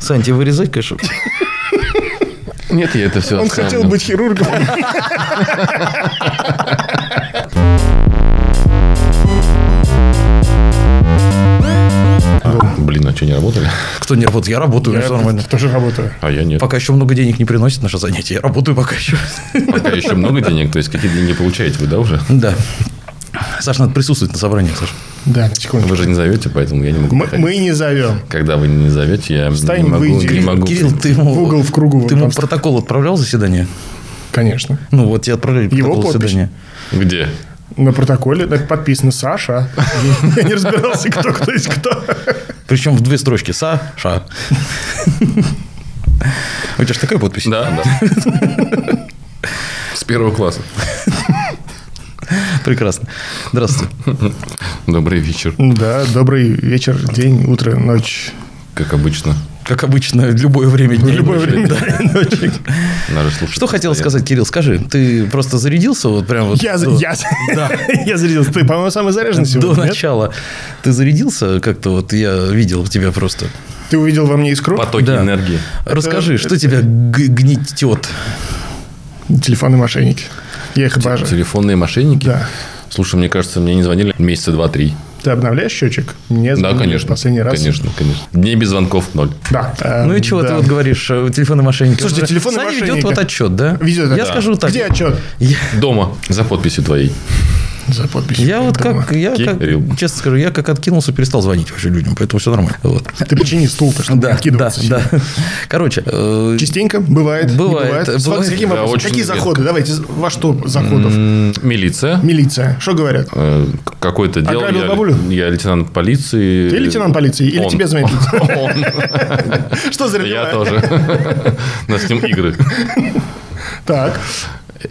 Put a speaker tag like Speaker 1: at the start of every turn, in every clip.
Speaker 1: Сань, тебе вырезать, конечно.
Speaker 2: Нет, я это все
Speaker 3: Он хотел быть хирургом.
Speaker 2: Блин, а что, не работали?
Speaker 1: Кто не работает? Я работаю,
Speaker 3: Я
Speaker 1: все нормально.
Speaker 3: тоже работаю.
Speaker 2: А я нет.
Speaker 1: Пока еще много денег не приносит наше занятие. Я работаю пока еще.
Speaker 2: Пока еще много денег, то есть какие деньги получаете вы, да, уже?
Speaker 1: Да. Саш, надо присутствовать на собраниях, Саш.
Speaker 3: Да, на секунду.
Speaker 2: Вы же не зовете, поэтому я не могу
Speaker 3: Мы,
Speaker 2: приходить.
Speaker 3: мы не зовем.
Speaker 2: Когда вы не зовете, я
Speaker 3: Встань,
Speaker 2: не могу.
Speaker 3: выйди.
Speaker 2: Не могу.
Speaker 1: Кирилл, ты ему...
Speaker 3: В угол, в кругу, вот
Speaker 1: Ты ему
Speaker 3: там.
Speaker 1: протокол отправлял заседание?
Speaker 3: Конечно.
Speaker 1: Ну, вот тебе отправляли
Speaker 3: Его
Speaker 1: протокол
Speaker 3: подпись.
Speaker 1: заседания.
Speaker 2: Где?
Speaker 3: На протоколе так подписано Саша. Я не разбирался, кто кто есть кто.
Speaker 1: Причем в две строчки. Саша. У тебя же такая подпись.
Speaker 2: Да, да. С первого класса.
Speaker 1: Прекрасно. Здравствуйте.
Speaker 2: Добрый вечер,
Speaker 3: Да, добрый вечер, день, утро, ночь.
Speaker 2: как обычно.
Speaker 1: Как обычно, в любое время дня. и
Speaker 3: любое
Speaker 1: ночи.
Speaker 3: время
Speaker 1: Да, и ночи.
Speaker 2: Надо слушать.
Speaker 1: Что хотел
Speaker 2: Я-
Speaker 1: сказать, Кирилл? Скажи, ты просто зарядился вот прям вот
Speaker 3: Я,
Speaker 1: до,
Speaker 3: я,
Speaker 1: Да.
Speaker 3: я зарядился. Ты, по-моему, самый заряженный
Speaker 1: до
Speaker 3: сегодня, нет?
Speaker 1: начала. Ты зарядился как-то вот, я видел тебя просто.
Speaker 3: Ты увидел во мне искру?
Speaker 2: Потоки
Speaker 1: Да.
Speaker 2: энергии.
Speaker 1: Расскажи, что тебя г- гнетет?
Speaker 3: Телефонные мошенники. Я их обожаю.
Speaker 2: Телефонные мошенники?
Speaker 3: Да.
Speaker 2: Слушай, мне кажется, мне не звонили месяца два-три.
Speaker 3: Ты обновляешь счетчик? Мне
Speaker 2: Да,
Speaker 3: звонили
Speaker 2: конечно.
Speaker 3: в последний раз.
Speaker 2: Конечно, конечно. Дней без звонков ноль.
Speaker 3: Да. Э,
Speaker 1: Ну и чего
Speaker 3: да.
Speaker 1: ты вот говоришь, э, телефоны мошенники?
Speaker 3: Слушайте,
Speaker 1: Он же-
Speaker 3: телефоны
Speaker 1: Саня
Speaker 3: мошенника.
Speaker 1: ведет вот отчет, да?
Speaker 3: Ведет
Speaker 1: Я
Speaker 3: отчет.
Speaker 1: скажу так.
Speaker 3: Где отчет?
Speaker 1: Я,
Speaker 2: Дома. За подписью твоей.
Speaker 3: За подписью.
Speaker 1: я вот
Speaker 3: Дома.
Speaker 1: как, я как-
Speaker 2: Кирилл.
Speaker 1: честно скажу, я как откинулся, перестал звонить вообще людям, поэтому все нормально. Вот.
Speaker 3: Ты почини стул-то, чтобы не
Speaker 1: Да, да,
Speaker 3: откидываться.
Speaker 1: да. Короче, э,
Speaker 3: Частенько бывает. не
Speaker 1: Бывает,
Speaker 3: С-
Speaker 1: бывает.
Speaker 3: с каким
Speaker 2: Да,
Speaker 3: вопросом?
Speaker 2: очень
Speaker 3: Какие
Speaker 2: редко.
Speaker 3: заходы? Давайте, во что заходов?
Speaker 2: М, Милиция.
Speaker 3: Милиция. Что говорят?
Speaker 2: Э, к- Какое-то дело.
Speaker 3: Ограбил
Speaker 2: Я-
Speaker 3: бабулю?
Speaker 2: Я лейтенант полиции.
Speaker 1: Э,
Speaker 3: Ты лейтенант полиции или
Speaker 2: Он.
Speaker 3: тебе звонит?
Speaker 2: Он.
Speaker 3: Что за
Speaker 2: Я
Speaker 3: ребята?
Speaker 2: тоже. У нас с ним игры.
Speaker 3: Так.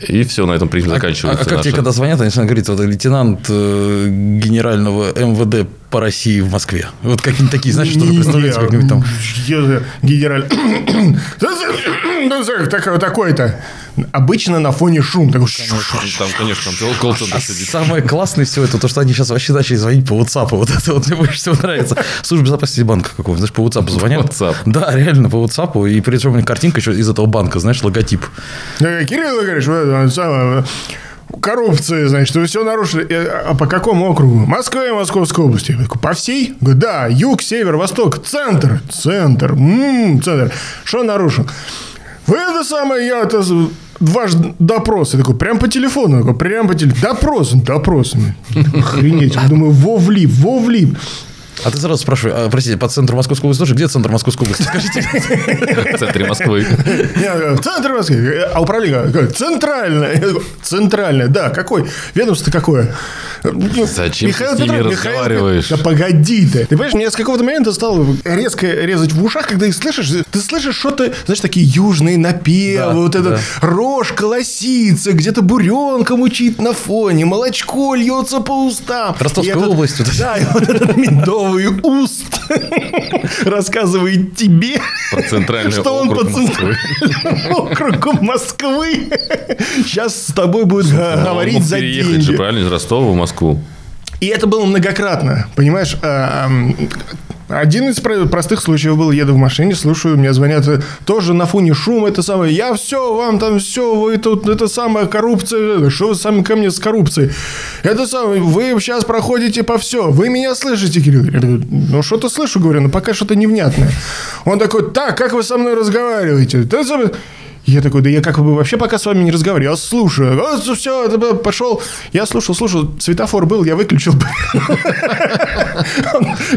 Speaker 2: И все, на этом принцип
Speaker 1: а
Speaker 2: заканчивается.
Speaker 1: как тебе,
Speaker 2: наша-
Speaker 1: когда звонят, они начинают говорить, вот лейтенант э, генерального МВД по России в Москве. Вот какие-нибудь такие, знаешь, что-то
Speaker 3: Не,
Speaker 1: представляете,
Speaker 3: не,
Speaker 1: как-нибудь там.
Speaker 3: я же Генераль. Да за- да за- такой- Такой-то. Обычно на фоне шум. Такой
Speaker 2: Там, конечно, там пол-
Speaker 1: А
Speaker 2: колцентр сидит.
Speaker 1: Самое классное всего это то, что они сейчас вообще начали звонить по WhatsApp. Вот это вот мне больше всего нравится. Служба безопасности банка какого-нибудь, знаешь, по WhatsApp звонят.
Speaker 2: WhatsApp.
Speaker 1: Да, реально, по WhatsApp. И причем у них картинка еще из этого банка, знаешь, логотип.
Speaker 3: Э, Кирилл Игоревич, вы, э, самое, э, коррупция, значит, вы все нарушили. Э, А по какому округу? Москва и Московской области. Я такой, По всей? Говорю, да, юг, север, восток, центр, центр, м, центр. Что нарушил? Вы это самое, я это з- ваш допрос. Я такой, прям по телефону. Я такой, прям по телефону. Допрос, допрос. Охренеть. Я Думаю, во влип, во влип.
Speaker 1: А ты сразу спрашиваешь, а, простите, по центру Московской области тоже? Где центр Московской области? Скажите.
Speaker 2: В центре Москвы.
Speaker 3: Я говорю, Центр Москвы. А управление какое? Центральное. Я говорю, Центральное, да. Какой? Ведомство какое? Ну,
Speaker 2: Зачем ты с ними
Speaker 3: Петров-
Speaker 2: разговариваешь?
Speaker 3: Да погоди ты. Ты понимаешь, мне с какого-то момента стало резко резать в ушах, когда их слышишь. Ты слышишь что-то, знаешь, такие южные напевы,
Speaker 1: Да,
Speaker 3: вот этот
Speaker 1: да.
Speaker 3: рожка лосится, где-то буренка мучит на фоне, молочко льется по устам.
Speaker 1: Ростовская
Speaker 3: И этот-
Speaker 1: область вот это.
Speaker 3: Да, и вот этот медовый уст рассказывает тебе,
Speaker 2: Про центральный
Speaker 3: что он по
Speaker 2: округ Москвы.
Speaker 3: центральному округу Москвы. Сейчас с тобой будет э, говорить
Speaker 2: Ну,
Speaker 3: за
Speaker 2: переехать же,
Speaker 3: деньги.
Speaker 2: правильно, из Ростова в Москву.
Speaker 3: И это было многократно, понимаешь? А, ам, Один из про- простых случаев был, еду в машине, слушаю, мне звонят, э, тоже на фоне шума, это самое, я все, вам там все, вы тут, это самое, коррупция, э, что вы сами ко мне с коррупцией? Это самое, вы сейчас проходите по все, вы меня слышите, Кирилл? Я говорю, ну что-то слышу, говорю, но пока что-то невнятное. Он такой, так, как вы со мной разговариваете? Да за- я такой, да я как бы вообще пока с вами не разговариваю, я слушаю. «А, все, пошел. Я слушал, слушал, светофор был, я выключил.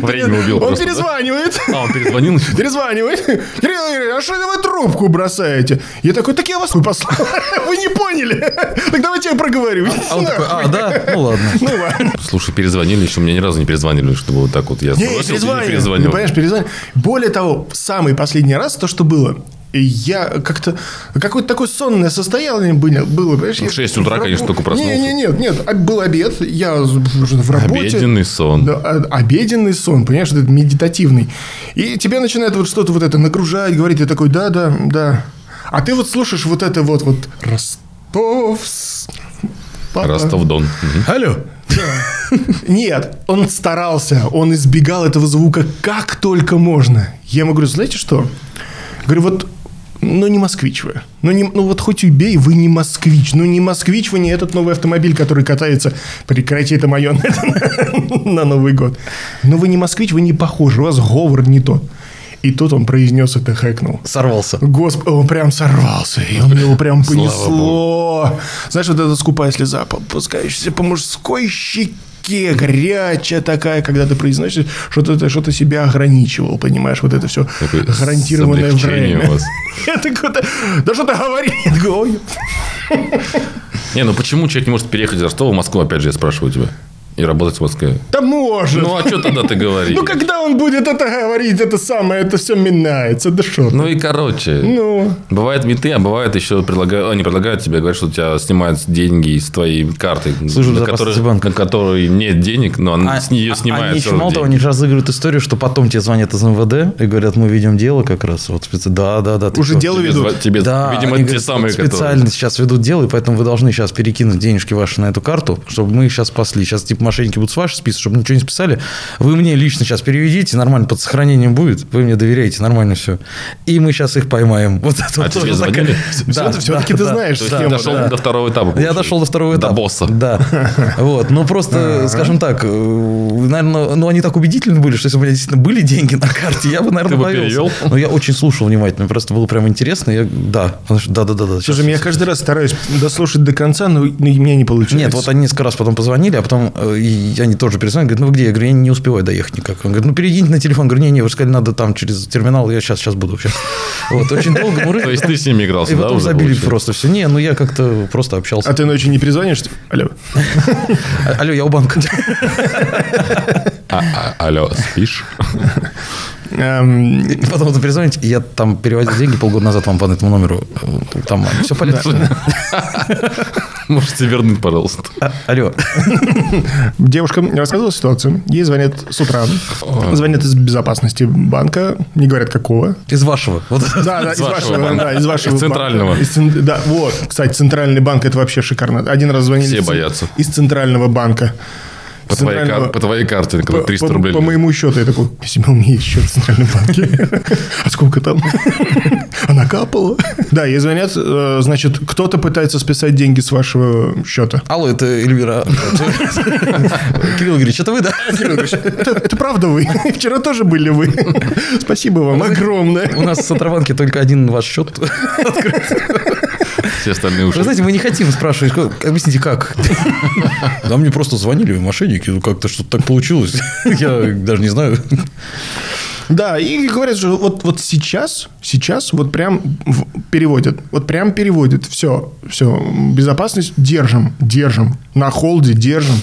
Speaker 2: Время убил
Speaker 3: Он
Speaker 2: просто, да?
Speaker 3: перезванивает.
Speaker 2: А, он перезвонил?
Speaker 3: Перезванивает. Кирилл Игоревич, а что это вы трубку бросаете? Я такой, так я вас нахуй послал. Вы не поняли. Так давайте я проговорю.
Speaker 1: А он такой, а, да? Ну ладно.
Speaker 3: Ну ладно.
Speaker 2: Слушай, перезвонили еще, мне ни разу не перезвонили, чтобы вот так вот я
Speaker 3: Не,
Speaker 2: сбросил, ты
Speaker 3: перезваниваю.
Speaker 2: перезвонил.
Speaker 3: Ну, понимаешь, перезваниваю. Более того, в самый последний раз то, что было, и я как-то... Какое-то такое сонное состояние было, было понимаешь? я
Speaker 2: в 6 утра,
Speaker 3: рабо-
Speaker 2: конечно, только проснулся.
Speaker 3: Не, не, нет, нет. а Был обед, я в работе.
Speaker 2: Обеденный сон.
Speaker 3: Да, а- обеденный сон, понимаешь, этот медитативный. И тебе начинает вот что-то вот это нагружать, говорить, ты такой, да, да, да. А ты вот слушаешь вот это вот, вот Ростов...
Speaker 2: Ростов-Дон. Мгм.
Speaker 1: Алло.
Speaker 3: Нет, он старался, он избегал этого звука как только можно. Я ему говорю, знаете что? Говорю, вот, ну не москвич вы. Ну, не, ну вот хоть убей, вы не москвич. Ну не москвич вы, не этот новый автомобиль, который катается. Прекрати это мое на, на Новый год. Но вы не москвич, вы не похожи, у вас говор не тот. И тут он произнес это, хэкнул.
Speaker 1: Сорвался.
Speaker 3: Господи, он прям сорвался, и он его прям понесло. Знаешь, вот эта скупая слеза, попускающаяся по мужской щеке, горячая такая, когда ты произносишь, что ты что-то себя ограничивал, понимаешь, вот это все
Speaker 2: Такое
Speaker 3: гарантированное
Speaker 2: облегчение
Speaker 3: время.
Speaker 2: у вас.
Speaker 3: Я такой, да да что ты говоришь? Я такой, «Ой».
Speaker 2: Не, ну почему человек не может переехать из Ростова в Москву, опять же, я спрашиваю тебя. И работать в Москве.
Speaker 3: Да может.
Speaker 2: Ну, а что тогда ты говоришь?
Speaker 3: Ну, когда он будет это говорить, это самое, это все минается, да что ты.
Speaker 2: Ну и короче.
Speaker 3: Ну,
Speaker 2: Бывает менты, а бывает еще предлагают, они предлагают тебе, говорят, что у тебя снимают деньги из твоей карты,
Speaker 1: Служба
Speaker 2: на,
Speaker 1: безопасности
Speaker 2: которой,
Speaker 1: банка. А
Speaker 2: на которой нет денег, но она, Ну, с нее снимают
Speaker 1: Они еще,
Speaker 2: сразу
Speaker 1: мало того,
Speaker 2: деньги.
Speaker 1: они же разыгрывают историю, что потом тебе звонят из МВД и говорят, мы ведем дело как раз. Вот специ- Да, да, да. ты
Speaker 3: Уже
Speaker 1: что?
Speaker 3: дело
Speaker 2: Тебе
Speaker 3: ведут.
Speaker 2: зва- тебе,
Speaker 1: Да,
Speaker 2: видимо,
Speaker 1: они
Speaker 2: те
Speaker 1: говорят,
Speaker 2: самые,
Speaker 1: специально
Speaker 2: которые...
Speaker 1: сейчас ведут дело, и поэтому вы должны сейчас перекинуть денежки ваши на эту карту, чтобы мы их сейчас спасли. Сейчас, типа, мошенники будут с вашей список, чтобы ничего не списали. Вы мне лично сейчас переведите, нормально, под сохранением будет. Вы мне доверяете, нормально все. И мы сейчас их поймаем. Вот это
Speaker 2: А
Speaker 1: вот
Speaker 2: тебе
Speaker 1: тоже такая-
Speaker 2: звонили?
Speaker 1: Да,
Speaker 3: Всё- всё-таки
Speaker 1: да,
Speaker 3: ты
Speaker 1: да.
Speaker 3: знаешь
Speaker 2: То есть
Speaker 3: схему,
Speaker 2: ты дошел
Speaker 3: да.
Speaker 2: до второго этапа.
Speaker 1: Я
Speaker 2: получается.
Speaker 1: дошел до второго этапа.
Speaker 2: До босса.
Speaker 1: Да. Вот. Ну, просто, скажем так, наверное, ну, они так убедительны были, что если бы у меня действительно были деньги на карте, я бы, наверное,
Speaker 2: бы
Speaker 1: повелся.
Speaker 2: перевел?
Speaker 1: Но я очень слушал внимательно, просто было прям интересно. Я, да, Потому что- да, да, да. да.
Speaker 3: Слушай, ну я каждый раз стараюсь дослушать до конца, но но и мне не получается.
Speaker 1: Нет, вот они несколько раз потом позвонили, а потом э, и они тоже перезвонили, говорят, ну вы где? Я говорю, я не успеваю доехать никак. Он говорит, ну перейдите на телефон. Я говорю, не, не, вы же сказали, надо там через терминал, я сейчас, сейчас буду. Сейчас. Вот, очень долго мурыжили.
Speaker 2: То есть ты с ними игрался,
Speaker 1: И
Speaker 2: да,
Speaker 1: потом
Speaker 2: уже
Speaker 1: забили
Speaker 2: получается?
Speaker 1: просто все. Не, ну я как-то просто
Speaker 3: А
Speaker 1: общался.
Speaker 3: ты ночью не перезвонишь? Алло.
Speaker 1: А- Алло, я у банка.
Speaker 2: А- а- Алло, спишь?
Speaker 1: Ну,
Speaker 3: Эм,
Speaker 1: И потом вы перезвоните, и я там переводил деньги полгода назад вам по этому номеру. Там все понятно.
Speaker 2: Можете вернуть, пожалуйста.
Speaker 1: А- Алло.
Speaker 3: Девушка мне рассказывала ситуацию. Ей звонят с утра. Звонят из безопасности банка. Не говорят, какого.
Speaker 1: Из вашего. Вот.
Speaker 3: Да, да, из
Speaker 2: вашего
Speaker 3: вашего,
Speaker 2: банка.
Speaker 3: да, из вашего
Speaker 2: Из центрального.
Speaker 3: банка. Из цен- да, вот, кстати, центральный банк это вообще шикарно. Один раз звонили.
Speaker 2: Все
Speaker 3: из цен-
Speaker 2: боятся.
Speaker 3: Из центрального банка.
Speaker 2: По твоей,
Speaker 3: Центрального-
Speaker 2: кар- по твоей карте, когда 300
Speaker 3: по,
Speaker 2: рублей.
Speaker 3: по моему счету. Я такой, если бы у меня есть счет в Центральном банке. А сколько там? Она капала. Да, ей звонят, э, значит, кто-то пытается списать деньги с вашего счета.
Speaker 1: Алло, это Эльвира. Кирилл Игоревич, это вы, да?
Speaker 3: Это, это правда вы? Вчера тоже были вы. Спасибо вам огромное.
Speaker 1: У нас в Центробанке только один ваш счет.
Speaker 2: Все остальные
Speaker 1: Вы
Speaker 2: ушли.
Speaker 1: знаете, мы не хотим спрашивать, как- объясните, как? Да мне просто звонили мошенники, ну как-то что-то так получилось. Я даже не знаю.
Speaker 3: Да, и говорят, что вот, вот сейчас, сейчас вот прям в- переводят. Вот прям переводят. Все, все. Безопасность держим, держим. На холде держим.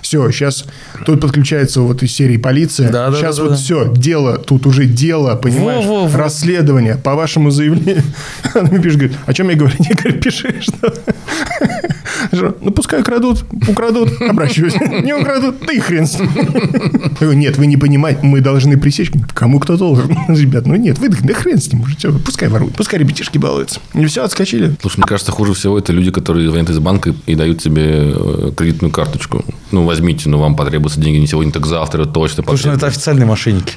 Speaker 3: Все, сейчас тут подключается вот из серии полиция.
Speaker 1: Да, да,
Speaker 3: сейчас
Speaker 1: да, да,
Speaker 3: вот
Speaker 1: да.
Speaker 3: все, дело, тут уже дело, понимаешь?
Speaker 1: Во, во, во.
Speaker 3: Расследование по вашему заявлению. Она мне пишет, говорит, о чем я говорю? Я говорю, пиши, что... Я говорю, Ну, пускай крадут, украдут, обращусь. Не украдут, да и хрен с ним. Я говорю, нет, вы не понимаете, мы должны пресечь. Кому кто должен? Ребят, ну нет, вы да хрен с ним уже. всё, Пускай воруют, пускай ребятишки балуются. И все, отскочили.
Speaker 2: Слушай, мне кажется, хуже всего это люди, которые звонят из банка и- и дают тебе э, кредитную карточку. Ну, возьмите, но вам потребуются деньги не сегодня, так завтра
Speaker 1: Слушай, ну
Speaker 2: точно потребуются.
Speaker 1: это официальные мошенники.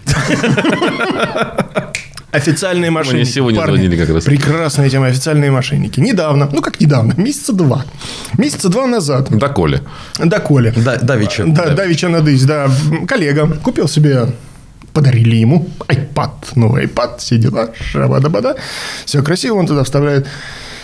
Speaker 3: Официальные мошенники.
Speaker 2: сегодня
Speaker 3: парни.
Speaker 2: звонили как раз.
Speaker 3: Прекрасная тема, официальные мошенники. Недавно, ну как недавно, месяца два. Месяца два назад,
Speaker 2: Да, Коля.
Speaker 3: да, Коля.
Speaker 1: Да, Давича.
Speaker 3: Да, Давич Анадысь, да, м, коллега, купил себе, подарили ему iPad, новый iPad, все дела, шабада-бада, все красиво, он туда вставляет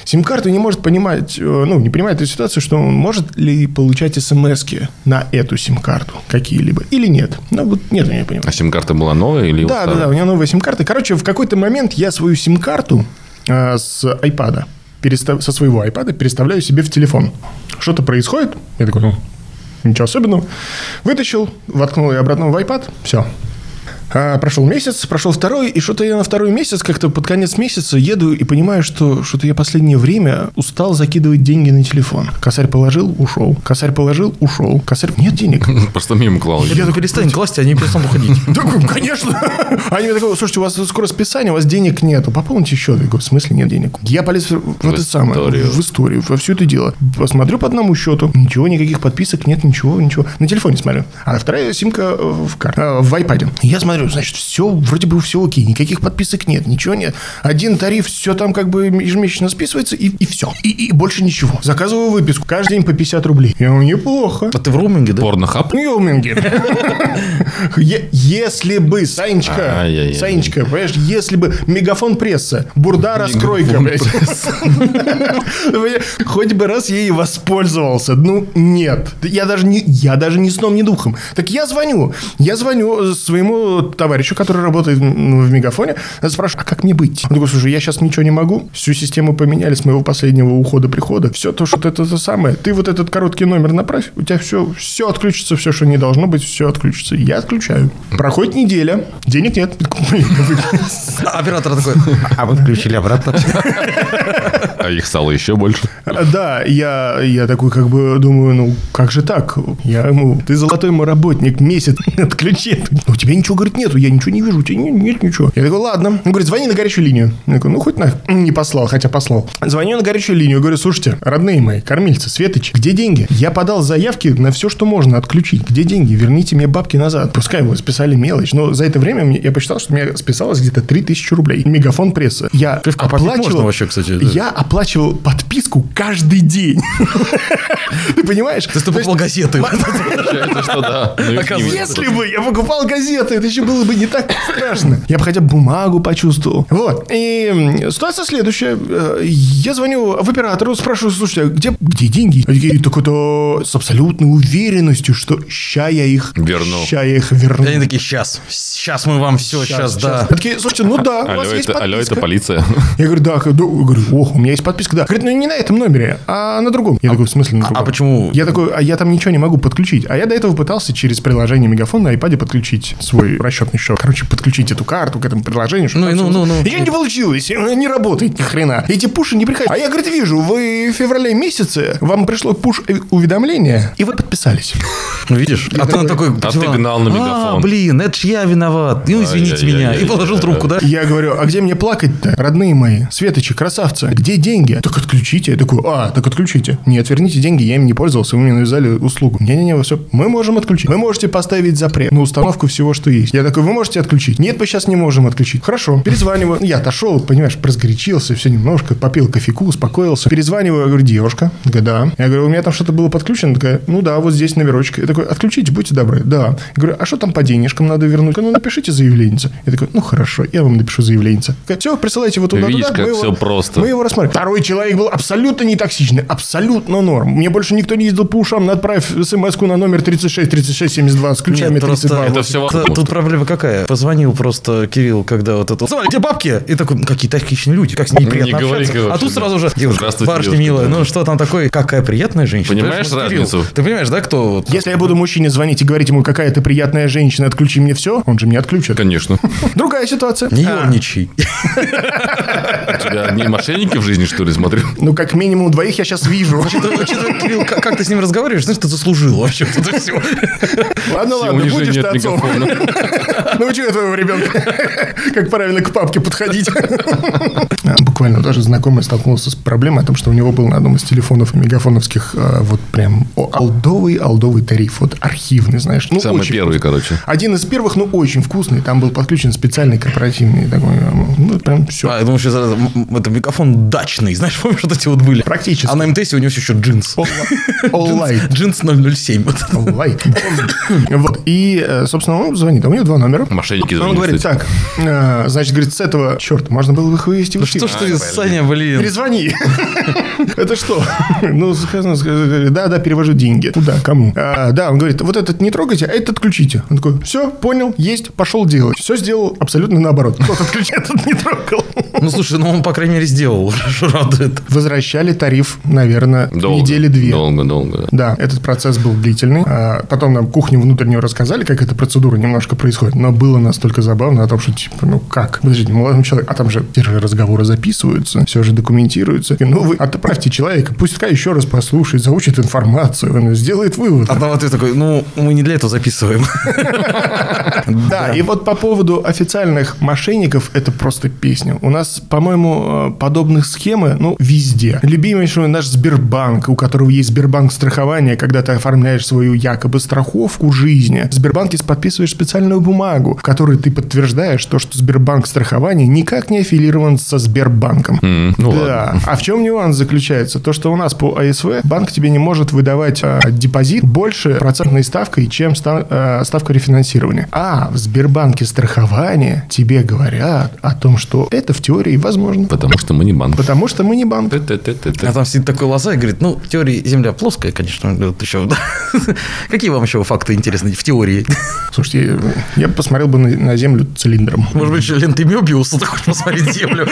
Speaker 3: сим-карту и не может понимать, э, ну, не понимает эту ситуацию, что он может ли получать смс на эту сим-карту какие-либо или нет. Ну, вот нет, я не понимаю.
Speaker 2: А сим-карта была новая или
Speaker 3: Да, да, да, у него новая сим-карта. Короче, в какой-то момент я свою сим-карту э, с iPad, перестав... со своего iPad переставляю себе в телефон. Что-то происходит, я такой, ну, ничего особенного. Вытащил, воткнул ее обратно в iPad, все. А, прошел месяц, прошел второй, и что-то я на второй месяц, как-то под конец месяца еду и понимаю, что что-то я последнее время устал закидывать деньги на телефон. Косарь положил, ушел. Косарь положил, ушел. Косарь... Нет денег.
Speaker 2: Просто мимо клал.
Speaker 1: Я такой, перестань класть, они перестанут уходить.
Speaker 3: Такой, конечно. А Они мне такой, слушайте, у вас скоро списание, у вас денег нету. Пополните счет. Я говорю, в смысле нет денег? Я полез в, в это самое.
Speaker 2: историю.
Speaker 3: В историю, во все это дело. Посмотрю по одному счету. Ничего, никаких подписок нет, ничего, ничего. На телефоне смотрю. А вторая симка э, в, кар... э, в iPad. Я смотрю, значит, все, вроде бы все окей. Никаких подписок нет, ничего нет. Один тариф, все там как бы ежемесячно списывается, и, и все. И, и больше ничего. Заказываю выписку. Каждый день по 50 рублей. Я говорю, неплохо.
Speaker 1: А ты в роуминге, да?
Speaker 2: Порнохаб?
Speaker 3: Юминги. Е- Если бы, Санечка,
Speaker 2: Ай-яй-яй.
Speaker 3: Санечка, понимаешь, если бы мегафон пресса, бурда раскройка, блядь. Ну, Хоть бы раз я и воспользовался. Ну, нет. Я даже не, я даже ни сном, ни духом. Так я звоню. Я звоню э, своему товарищу, который работает м, в мегафоне, спрашиваю, а как мне быть? Он такой, слушай, я сейчас ничего не могу. Всю систему поменяли с моего последнего ухода-прихода. Все то, что ты- это, то самое. Ты вот этот короткий номер направь, у тебя все, все отключится, все, что не должно быть, все отключится. Я отключаю. Проходит неделя, денег нет. Блин,
Speaker 1: А Оператор такой, а вы включили обратно.
Speaker 2: А их стало еще больше.
Speaker 3: Да, я, я такой как бы думаю, ну как же так? Я ему, ты золотой мой работник, месяц отключи. Ну, у тебя ничего, говорит, нету, я ничего не вижу, у тебя не- нет, ничего. Я такой, ладно. Он говорит, звони на горячую линию. Я такой, ну хоть на... Не послал, хотя послал. Звоню на горячую линию, говорю, слушайте, родные мои, кормильцы, Светоч, где деньги? Я подал заявки на все, что можно отключить. Где деньги? Верните мне бабки назад. Пускай вы списали мелочь, но за это время мне- я посчитал, что у меня списалось где-то 3000 рублей. Мегафон пресса. Я
Speaker 1: Пивка попить можно вообще, кстати, да.
Speaker 3: Я оплачивал подписку каждый день. Ты понимаешь?
Speaker 1: Ты
Speaker 3: То есть,
Speaker 1: ступал газеты.
Speaker 2: Получается, что да. Ну, их не
Speaker 1: Оказывается.
Speaker 2: видно.
Speaker 3: Если бы я покупал газеты, это еще было бы не так страшно. Я бы хотя бы бумагу почувствовал. Вот. И м, ситуация следующая. Э, Я звоню в оператору, спрашиваю, слушайте, а где, где деньги? Они такие, так это с абсолютной уверенностью, что ща я их...
Speaker 2: Верну.
Speaker 3: Ща я их верну.
Speaker 1: И Они такие, сейчас, сейчас мы вам все, сейчас, да.
Speaker 3: Я такие, слушайте, ну да, у
Speaker 2: Алло,
Speaker 3: вас есть
Speaker 2: это, алло, это
Speaker 3: подписка».
Speaker 2: полиция.
Speaker 3: Я говорю, да, да». Я говорю, ох, у меня есть подписка, да. Говорит, ну не на этом номере, а на другом. Я такой, в смысле на другом?
Speaker 1: а почему?
Speaker 3: Я такой, а я там ничего не могу подключить. А я до этого пытался через приложение Мегафон на iPad подключить свой расчетный счет. Короче, подключить эту карту к этому приложению. чтобы
Speaker 1: Ну и
Speaker 3: там
Speaker 1: ну, ну,
Speaker 3: всё-
Speaker 1: ну.
Speaker 3: И ничего не получилось, и не работает ни хрена. Эти пуши не приходят. А я, говорит, вижу, вы в феврале месяце, вам пришло пуш-уведомление, и вы подписались.
Speaker 1: Ну, видишь? А ты на такой...
Speaker 2: А ты
Speaker 1: диван.
Speaker 2: гнал на
Speaker 1: «А,
Speaker 2: мегафон».
Speaker 1: блин, это ж я виноват. Ну, извините
Speaker 2: Ай-яй-яй-яй-яй.
Speaker 1: меня. И положил трубку, да?
Speaker 3: Я говорю, а где мне плакать-то, родные мои, светочи, красавцы, где деньги? Так отключите. Я такой, а, так отключите. Нет, верните деньги, я им не пользовался, вы мне навязали услугу. Не-не-не, все, мы можем отключить. Вы можете поставить запрет на установку всего, что есть. Я такой, вы можете отключить? Нет, мы сейчас не можем отключить. Хорошо, перезваниваю. Я отошел, понимаешь, разгорячился, все немножко, попил кофейку, успокоился. Перезваниваю, я говорю, девушка, Такая, да. Я говорю, у меня там что-то было подключено. Такая, ну да, вот здесь номерочек. Я такой, отключите, будьте добры. Да. Я говорю, а что там по денежкам надо вернуть? Ну, напишите заявление. Я такой, ну хорошо, я вам напишу заявление. Все, присылайте вот туда-туда.
Speaker 2: Видишь, как
Speaker 3: мы его-
Speaker 2: всё просто.
Speaker 3: Мы его рассмотрим. Второй человек был абсолютно не токсичный, абсолютно норм. Мне больше никто не ездил по ушам, отправь смс на номер 36 36 72 с ключами
Speaker 1: Нет, просто
Speaker 3: 32.
Speaker 1: это
Speaker 3: Вот.
Speaker 2: всё
Speaker 1: Т-
Speaker 2: возможно.
Speaker 1: Тут проблема какая? Позвонил просто Кирилл, когда вот это... Смотри, где бабки? И такой, «Ну, какие токсичные люди, как с ней приятно
Speaker 2: Не говори,
Speaker 1: общаться.
Speaker 2: короче,
Speaker 1: А тут
Speaker 2: да.
Speaker 1: сразу же, девушка,
Speaker 2: Здравствуйте,
Speaker 1: барышня
Speaker 2: девушка,
Speaker 1: милая,
Speaker 2: да.
Speaker 1: ну что там такое? Какая приятная женщина.
Speaker 2: Понимаешь
Speaker 1: Понимаешь, вот Кирилл,
Speaker 2: разницу?
Speaker 1: Ты понимаешь, да, кто... вот-
Speaker 3: Если я буду мужчине звонить и говорить ему, какая ты приятная женщина, отключи мне все, он же мне отключит.
Speaker 2: Конечно.
Speaker 3: Другая ситуация.
Speaker 1: Не
Speaker 3: А,
Speaker 1: ерничай.
Speaker 2: У тебя одни мошенники в жизни, что ли, смотрю?
Speaker 3: Ну, как минимум двоих я сейчас вижу.
Speaker 1: Учитывая, Кирилл, как как ты с ним разговариваешь, знаешь, ты заслужил вообще вот это все.
Speaker 3: Ладно,
Speaker 2: Все
Speaker 3: ладно, будешь
Speaker 2: унижение
Speaker 3: ты
Speaker 2: от
Speaker 3: отцом.
Speaker 2: мегафона.
Speaker 3: Научу я твоего ребенка, как правильно к папке подходить. А, Буквально даже знакомый столкнулся с проблемой о том, что у него был на одном из телефонов и мегафоновских а, вот прям о- алдовый, алдовый тариф, вот архивный, знаешь. Ну,
Speaker 2: Самый
Speaker 3: очень
Speaker 2: первый, короче.
Speaker 3: Один из первых, ну, очень вкусный. Там был подключен специальный корпоративный такой, а, ну, прям все.
Speaker 1: А, я думаю, что это- м- это микрофон дачный. Знаешь, помнишь, вот эти вот были?
Speaker 3: Практически.
Speaker 1: А на МТСе у него еще джинс.
Speaker 3: Оллайт.
Speaker 1: Джинс 007. Вот.
Speaker 3: Лайк. Вот. И, э, собственно, он звонит. А у него два номера.
Speaker 2: Мошенники
Speaker 3: Он
Speaker 2: звонят,
Speaker 3: говорит,
Speaker 2: кстати.
Speaker 3: так, э, значит, говорит, с этого, черт, можно было бы их вывести в
Speaker 1: Что
Speaker 3: эфир. А,
Speaker 1: ж ты, Саня, блин.
Speaker 3: Перезвони. Это что? Ну, сказано, сказано, да, да, перевожу деньги. Куда, кому? А, Да, он говорит, вот этот не трогайте, а этот отключите. Он такой, все, понял, есть, пошел делать. Все сделал абсолютно наоборот. Тот отключает, тот не трогал.
Speaker 1: Ну, слушай, ну он, по крайней мере, сделал. Хорошо радует.
Speaker 3: Возвращали тариф, наверное,
Speaker 2: Долго.
Speaker 3: недели две.
Speaker 2: Долго, долго.
Speaker 3: Да, этот процесс был длительный. А Потом нам кухню внутреннюю рассказали, как эта процедура немножко происходит. Но было настолько забавно о том, что типа, ну как? Подождите, молодому человеку, а там же те же разговоры записываются, все же документируются. И, ну вы отправьте человека, пускай еще раз послушает, заучит информацию, он сделает вывод.
Speaker 1: А там ответ такой, ну, мы не для этого записываем.
Speaker 3: Да, и вот по поводу официальных мошенников, это просто песня. У нас, по-моему, э, подобных схемы, ну, везде. Любимейший наш Сбербанк, у которого есть Сбербанк страхование, когда ты оформляешь свою якобы страховку жизни. В Сбербанке подписываешь специальную бумагу, в которой ты подтверждаешь то, что Сбербанк страхование никак не аффилирован со Сбербанком.
Speaker 2: М, Ну ладно.
Speaker 3: Да. А в чем нюанс заключается? То, что у нас по АСВ банк тебе не может выдавать э, депозит больше процентной ставкой, чем ста- э, ставка рефинансирования. А в Сбербанке страхование тебе говорят о том, что это в теории возможно.
Speaker 2: Потому что мы не банк.
Speaker 3: Потому что мы не банк.
Speaker 1: А
Speaker 2: Т-т-т-т-т.
Speaker 1: там сидит такой лоза и говорит, ну, в теории Земля плоская, конечно. вот еще, да. Какие вам еще факты интересны в теории?
Speaker 3: Слушайте, я бы посмотрел бы на, на землю цилиндром.
Speaker 1: Может быть, еще ленты Мебиуса, ты хочешь посмотреть Землю?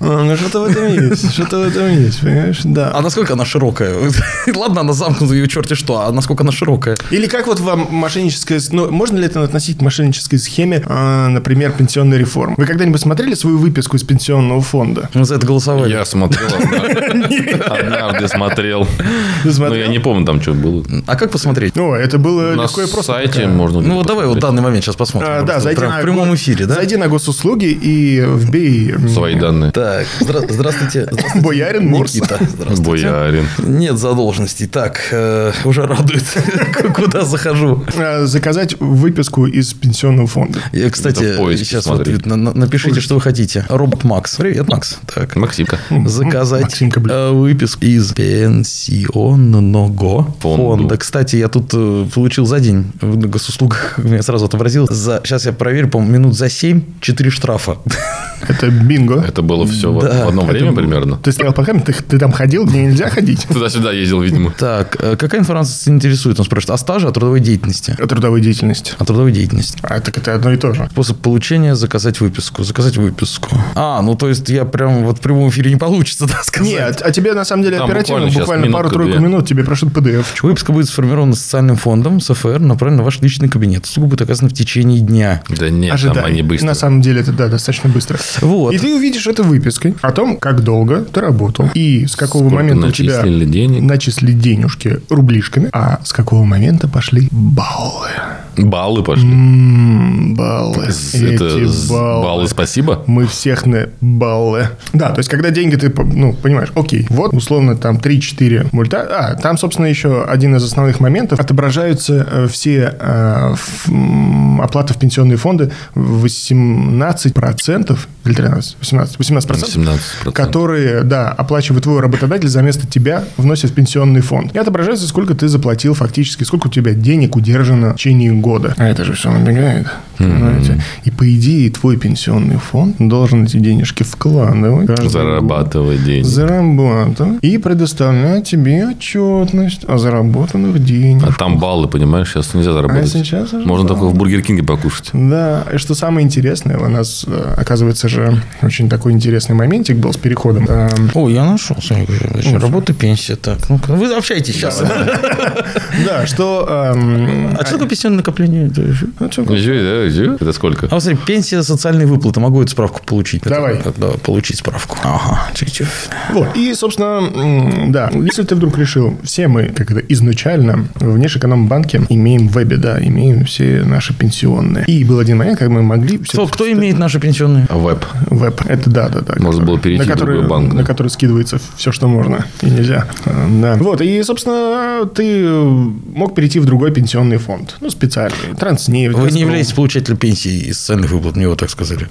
Speaker 3: Ну, что-то в этом есть. Что-то в этом есть, понимаешь? Да.
Speaker 1: А насколько она широкая? Ладно, она замкнута, ее черти что, а насколько она широкая?
Speaker 3: Или как вот вам мошенническая... с- Ну, можно ли это относить к мошеннической схеме, а, например, пенсионной реформы? Вы когда-нибудь смотрели свою выписку из пенсионного фонда?
Speaker 1: Мы за это голосовали.
Speaker 2: Я смотрел однажды. Однажды смотрел.
Speaker 3: Ты
Speaker 2: Ну,
Speaker 3: смотрел?
Speaker 2: я не помню там, что было.
Speaker 1: А как посмотреть?
Speaker 3: О, это было
Speaker 2: На
Speaker 3: легко и просто.
Speaker 2: сайте можно...
Speaker 1: Ну вот давай вот
Speaker 2: посмотреть.
Speaker 1: данный момент сейчас посмотрим.
Speaker 3: А, да,
Speaker 1: Просто
Speaker 3: зайди
Speaker 1: прям
Speaker 3: на
Speaker 1: в прямом эфире, да?
Speaker 3: Зайди на госуслуги и вбей м,
Speaker 2: Свои данные.
Speaker 1: Так, здра- здравствуйте. здравствуйте,
Speaker 3: Боярин Мурс.
Speaker 1: Никита, здравствуйте.
Speaker 2: Боярин.
Speaker 1: Нет задолженностей. Так, э, уже радует, куда захожу.
Speaker 3: э, заказать выписку из пенсионного фонда.
Speaker 1: Я,
Speaker 2: Это в
Speaker 1: кстати,
Speaker 2: поиске
Speaker 1: сейчас вот
Speaker 2: смотри.
Speaker 1: вид- на- на- напишите, что вы хотите. Робот Макс. Привет, Макс. Так.
Speaker 2: Максимка.
Speaker 1: Заказать
Speaker 3: Максимка, блин.
Speaker 1: э, выписку из пенсионного
Speaker 2: Фонду.
Speaker 1: фонда. Кстати, я тут э, получил за день в госуслугах, меня сразу отобразилось. За, сейчас я проверю, по-моему, минут за 7 4 штрафа.
Speaker 3: Это бинго.
Speaker 2: Это было все
Speaker 1: Да,
Speaker 2: в одно время примерно.
Speaker 3: Ты стоял под камерой, ты, ты там ходил, где нельзя ходить.
Speaker 2: Туда-сюда ездил, видимо.
Speaker 1: Так, э, какая информация тебя интересует? Он спрашивает о стаже, о трудовой деятельности.
Speaker 3: О трудовой деятельности.
Speaker 1: О трудовой деятельности.
Speaker 3: А так это одно и то же.
Speaker 1: Способ получения – заказать выписку. Заказать выписку. А, ну то есть я прям вот в прямом эфире не получится, да, сказать?
Speaker 3: Нет, а тебе на самом деле
Speaker 2: Там
Speaker 3: оперативно,
Speaker 2: буквально сейчас
Speaker 3: буквально пару-тройку
Speaker 2: минутка-две.
Speaker 3: минут тебе прошлют PDF.
Speaker 1: Выписка будет сформирована социальным фондом СФР, направлена на ваш личный кабинет. Услуга будет оказана в течение дня.
Speaker 2: Да нет,
Speaker 3: Ожидай.
Speaker 2: там они быстро.
Speaker 3: На самом деле это да, достаточно быстро.
Speaker 1: Вот.
Speaker 3: И ты увидишь это выпиской о том, как долго ты работал и с какого
Speaker 2: Сколько
Speaker 3: момента у тебя
Speaker 2: начислили денег?
Speaker 3: начислили денежки рублишками, а с какого момента пошли баллы.
Speaker 2: Баллы пошли.
Speaker 3: М, баллы.
Speaker 2: Это
Speaker 3: Эти
Speaker 2: з-
Speaker 3: баллы.
Speaker 2: баллы спасибо.
Speaker 3: Мы всех на баллы. Да, то есть, когда деньги ты, по- ну, понимаешь, окей, вот, условно, там 3-4 мульта. А, там, собственно, еще один из основных моментов. Отображаются э, все э, ф- м, оплаты в пенсионные фонды 18% или 13? 18%. 18%.
Speaker 2: 17%.
Speaker 3: которые, да, оплачивает твой работодатель за место тебя, вносит в пенсионный фонд. И отображается, сколько ты заплатил фактически, сколько у тебя денег удержано в течение года. А это же все набегает, понимаете? И по идее твой пенсионный фонд должен эти денежки вкладывать. каждый год.
Speaker 2: Зарабатывать деньги.
Speaker 3: Зарабатывать. И предоставлять тебе отчетность о заработанных деньгах.
Speaker 2: А там баллы, понимаешь, сейчас нельзя заработать.
Speaker 3: А сейчас уже
Speaker 2: Можно
Speaker 3: баллы.
Speaker 2: только в Бургер Кинге покушать.
Speaker 3: Да, и что самое интересное, у нас, э, оказывается же, очень такой интересный моментик был с переходом. Эм,
Speaker 1: О, я нашел. Саня Григорьевич. Работа, пенсия. Так, ну вы общаетесь сейчас.
Speaker 3: Да, что... эм,
Speaker 1: А что такое пенсионное накопление?
Speaker 3: ну, чё,
Speaker 2: Ещё, да, ещё. Это сколько?
Speaker 1: А вот смотри, пенсия, социальные выплаты. Могу эту справку получить?
Speaker 3: Давай.
Speaker 1: Это, да, получить справку. Ага. Чик-чик.
Speaker 3: Вот. И, собственно, м, да, если ты вдруг решил, все мы, как это изначально в Внешэкономбанке имеем вебе, да, имеем все наши пенсионные. И был один момент, когда мы могли... все-
Speaker 1: Стоп, кто имеет наши пенсионные?
Speaker 3: А
Speaker 2: Веб.
Speaker 3: Веб. Это да, да, да.
Speaker 2: Можно было перейти
Speaker 3: на
Speaker 2: в
Speaker 3: который,
Speaker 2: другой банк,
Speaker 3: На
Speaker 2: да.
Speaker 3: который скидывается все, что можно и нельзя. Э, Да. Вот. И, собственно, ты э, мог перейти в другой пенсионный фонд. Ну, специальный. Транснефть.
Speaker 1: Вы
Speaker 3: «Газпром».
Speaker 1: не являетесь получателем пенсии и социальных выплат, мне вот так сказали.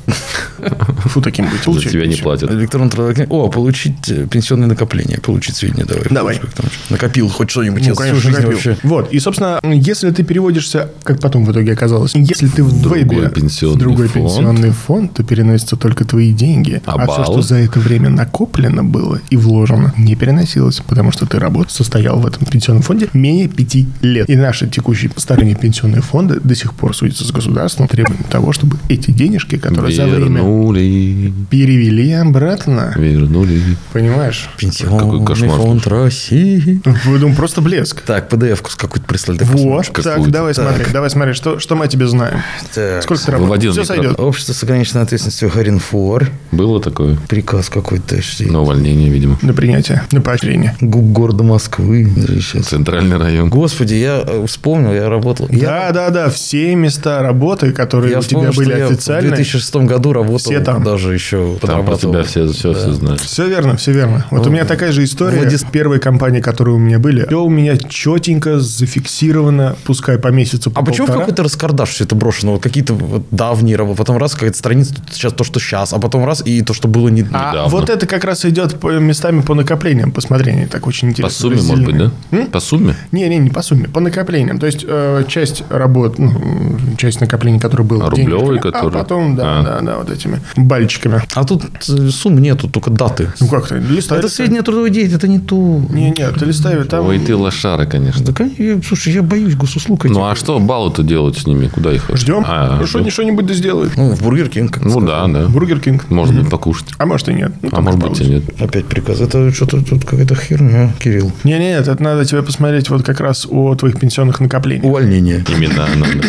Speaker 3: Фу, таким быть.
Speaker 2: За тебя не платят.
Speaker 1: Электронный трудовой книг- О, получить э, пенсионные накопления. Получить сведения, давай.
Speaker 3: Давай.
Speaker 1: Как там? Накопил хоть что-нибудь.
Speaker 3: Ну,
Speaker 1: я
Speaker 3: конечно,
Speaker 1: всю жизнь
Speaker 3: накопил.
Speaker 1: вообще.
Speaker 3: Вот, и, собственно, если ты переводишься, как потом в итоге оказалось, если ты в
Speaker 2: Другой
Speaker 3: вебе,
Speaker 2: пенсионный
Speaker 3: в другой
Speaker 2: фонд.
Speaker 3: пенсионный фонд, то переносятся только твои деньги.
Speaker 2: А
Speaker 3: все, что
Speaker 2: баллы?
Speaker 3: за это время накоплено было и вложено, не переносилось, потому что ты работал, состоял в этом пенсионном фонде менее пяти лет. И наши текущие старые пенсионные фонды до сих пор судятся с государственного требования того, чтобы эти денежки, которые за время
Speaker 2: Вернули,
Speaker 3: перевели обратно,
Speaker 2: вернули.
Speaker 3: понимаешь?
Speaker 2: Какой
Speaker 1: Пенсионный
Speaker 2: кошмар.
Speaker 1: фонд России.
Speaker 3: Вы думаете, просто блеск.
Speaker 1: Так, PDF-ку с какой-то прислали. так
Speaker 3: Вот, так,
Speaker 2: какую-то.
Speaker 3: давай смотреть, давай смотреть, что, что мы о тебе знаем.
Speaker 1: Так.
Speaker 3: Сколько ты
Speaker 2: Выводил
Speaker 3: работаешь? Все
Speaker 2: микрофон.
Speaker 3: сойдет.
Speaker 1: Общество с ограниченной ответственностью Харинфор.
Speaker 2: Было такое?
Speaker 1: Приказ какой-то. подожди.
Speaker 2: На увольнение, видимо.
Speaker 3: На принятие, на поощрение.
Speaker 1: Губ города Москвы. Даже сейчас.
Speaker 2: Центральный район.
Speaker 1: Господи, я э, вспомнил, я работал. Я,
Speaker 3: Да, да, да, все места работы, которые
Speaker 1: я
Speaker 3: у тебя
Speaker 1: вспомнил, что
Speaker 3: были
Speaker 1: я в
Speaker 3: официальные.
Speaker 1: 2006 году работал.
Speaker 3: Все там.
Speaker 1: Даже еще
Speaker 2: Там про
Speaker 1: подрабатывал.
Speaker 2: тебя все, все, все знают.
Speaker 3: Все верно, все верно.
Speaker 1: Ну,
Speaker 3: Вот у меня такая же история.
Speaker 1: Владис-
Speaker 3: Первые компании, которые у меня были, все у меня четенько зафиксировано, пускай по месяцу, по
Speaker 1: А почему в
Speaker 3: полтора.
Speaker 1: какой-то раскардаш все это брошено? Вот какие-то вот давние работы, потом раз какая-то страница, тут сейчас то, что сейчас, а потом раз и то, что было не...
Speaker 3: А
Speaker 2: недавно?
Speaker 3: вот это как раз идет по- местами по накоплениям, по смотрению. Так очень интересно.
Speaker 2: По сумме, может быть, да? По сумме?
Speaker 3: Не, не, не по сумме, по накоплениям. То есть э, часть работ, ну, м, часть накоплений, которые было
Speaker 2: А рублевые,
Speaker 3: денежками,
Speaker 2: которые?
Speaker 3: а потом, да,
Speaker 2: А.
Speaker 3: да, да, вот этими бальчиками.
Speaker 1: А тут э, сумм нету, только даты.
Speaker 3: Ну как ты? Листай.
Speaker 1: Это средняя трудовая деятельность, это не то.
Speaker 3: Не, не, ты листай, там.
Speaker 2: Ой, ты лошара, конечно.
Speaker 1: Да, кон- я- слушай, я боюсь госуслуг этих.
Speaker 2: Ну, а что баллы-то делать с ними? Куда их?
Speaker 3: Ждем.
Speaker 2: А,
Speaker 3: Ну, что- что-нибудь да сделают.
Speaker 1: Ну, в Бургер Кинг. как
Speaker 2: Ну,
Speaker 1: сказать.
Speaker 2: да, да.
Speaker 3: Бургер Кинг.
Speaker 2: Может быть, покушать.
Speaker 3: А может и нет. Ну,
Speaker 2: А
Speaker 3: там
Speaker 2: может
Speaker 3: уж
Speaker 2: быть, и нет.
Speaker 1: Опять приказ. Это что-то тут какая-то херня, Кирилл.
Speaker 3: Не, не, нет, это надо тебе посмотреть вот как раз о твоих пенсионных накоплениях.
Speaker 1: Увольнение.
Speaker 2: Имена надо.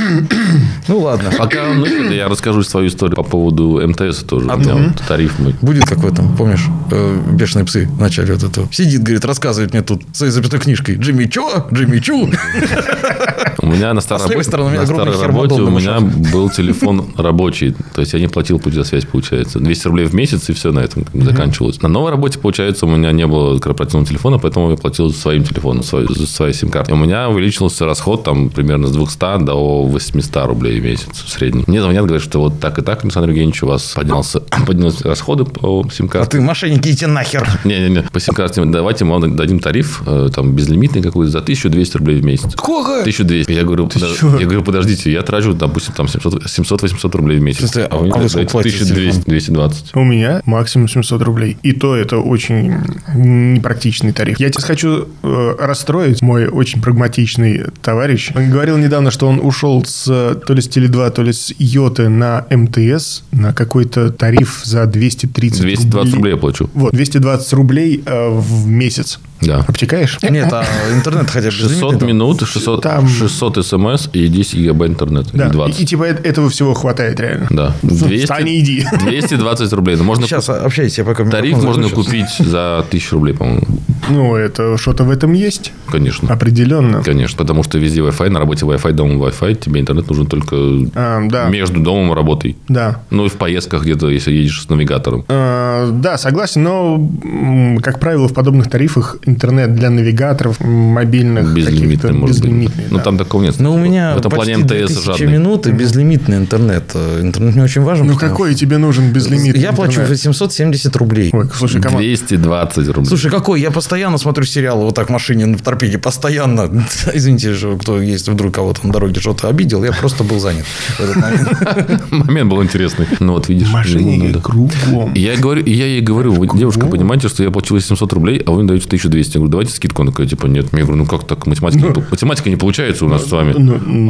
Speaker 1: Ну, ладно.
Speaker 2: Пока он ищет, я расскажу свою историю по поводу МТС тоже. У меня вот тариф мой.
Speaker 1: Будет как в этом, помнишь, э, бешеные псы в начале вот этого. Сидит, говорит, рассказывает мне тут своей запятой книжкой. Джимми Чо, Джимми Чу.
Speaker 2: У меня на старой
Speaker 1: А с левой
Speaker 2: работе,
Speaker 1: стороны у меня
Speaker 2: на
Speaker 1: огромный
Speaker 2: старой
Speaker 1: хермодон
Speaker 2: работе у
Speaker 1: на
Speaker 2: меня был телефон рабочий. То есть я не платил путь за связь, получается. 200 рублей в месяц, и все на этом как бы заканчивалось. На новой работе, получается, у меня не было корпоративного телефона, поэтому я платил за своим телефоном, свой- за своей сим-картой. У меня увеличился расход там примерно с 200 до 800 рублей в месяц в среднем. Мне звонят, говорят, что вот так и так, Александр Евгеньевич, у вас поднялся, поднялись расходы по
Speaker 1: А
Speaker 2: сим-карте.
Speaker 1: ты, мошенники, идите нахер.
Speaker 2: Не-не-не, по сим-карте давайте мы вам дадим тариф, э, там, безлимитный какой-то, за 1200 рублей в месяц.
Speaker 1: Сколько?
Speaker 2: 1200. Я говорю, подо-
Speaker 3: чё?
Speaker 2: я говорю, подождите, я трачу, допустим, там 700 700-800 рублей в месяц.
Speaker 1: В смысле, а
Speaker 2: мне
Speaker 1: вы
Speaker 2: говорят,
Speaker 1: сколько платите за
Speaker 2: 1200, 220.
Speaker 3: У меня максимум 700 рублей. И то это очень непрактичный тариф. Я тебя хочу э, расстроить. Мой очень прагматичный товарищ Он говорил недавно, что он ушел с э, то ли с Теле2, то ли с Йоты на МТС на какой-то тариф за 230
Speaker 2: 220 рублей я плачу.
Speaker 3: Вот, 220 рублей э, в месяц.
Speaker 2: Да.
Speaker 3: Обтекаешь? Э,
Speaker 1: Нет, а интернет хотя бы
Speaker 2: 600
Speaker 1: безлимитный там.
Speaker 2: минут, 600,
Speaker 3: Там-
Speaker 2: 600 смс и 10 гигабайт интернета.
Speaker 3: Да.
Speaker 2: Или 20.
Speaker 3: И, и типа э- этого всего хватает реально.
Speaker 2: Да.
Speaker 3: Встань
Speaker 2: 200,
Speaker 3: и иди.
Speaker 2: 220 рублей. Ну, можно
Speaker 1: Сейчас а, общайтесь, я пока...
Speaker 2: Тариф
Speaker 1: микрофон
Speaker 2: можно
Speaker 1: закручу.
Speaker 2: купить за 1000 рублей, по-моему.
Speaker 3: Ну, это что-то в этом есть. А-
Speaker 2: Конечно.
Speaker 3: Определенно.
Speaker 2: Конечно. Потому что везде Wi-Fi, на работе Wi-Fi, дома Wi-Fi. Тебе интернет нужен только
Speaker 3: А, да,
Speaker 2: между домом и работой.
Speaker 3: да.
Speaker 2: Ну, и в поездках где-то, если едешь с навигатором.
Speaker 3: Э, Да, согласен, но, м, как правило, в подобных тарифах интернет для навигаторов, м, мобильных,
Speaker 2: Безлимитный,
Speaker 3: каких-то
Speaker 2: может
Speaker 3: безлимитный,
Speaker 2: быть. Но
Speaker 3: да.
Speaker 2: там такого нет.
Speaker 1: Ну, у меня
Speaker 2: В этом плане
Speaker 1: почти
Speaker 2: МТС
Speaker 1: 2000
Speaker 2: жадный.
Speaker 1: минут и безлимитный интернет. Э, Интернет мне очень важен.
Speaker 3: Ну,
Speaker 1: потому
Speaker 3: какой тебе нужен безлимитный
Speaker 1: Я плачу
Speaker 3: интернет?
Speaker 1: 870 рублей.
Speaker 3: Ой, слушай, команда.
Speaker 2: 220 рублей.
Speaker 1: Слушай, какой? Я постоянно смотрю сериалы вот так в машине на торпеде. Постоянно. Извините, что кто есть вдруг кого-то на дороге что-то обидел. Я просто был занят в этот момент.
Speaker 2: момент был интересный. Ну, вот видишь. ну,
Speaker 3: Мошенники
Speaker 2: да.
Speaker 3: кругом.
Speaker 2: И Я, говорю, и я ей говорю, вы, девушка, понимаете, что я плачу 700 рублей, а вы мне даете 1200. Я говорю, давайте скидку. Она такая, типа, нет. Я говорю, ну как так, математика, не, пол- математика не получается у нас с вами.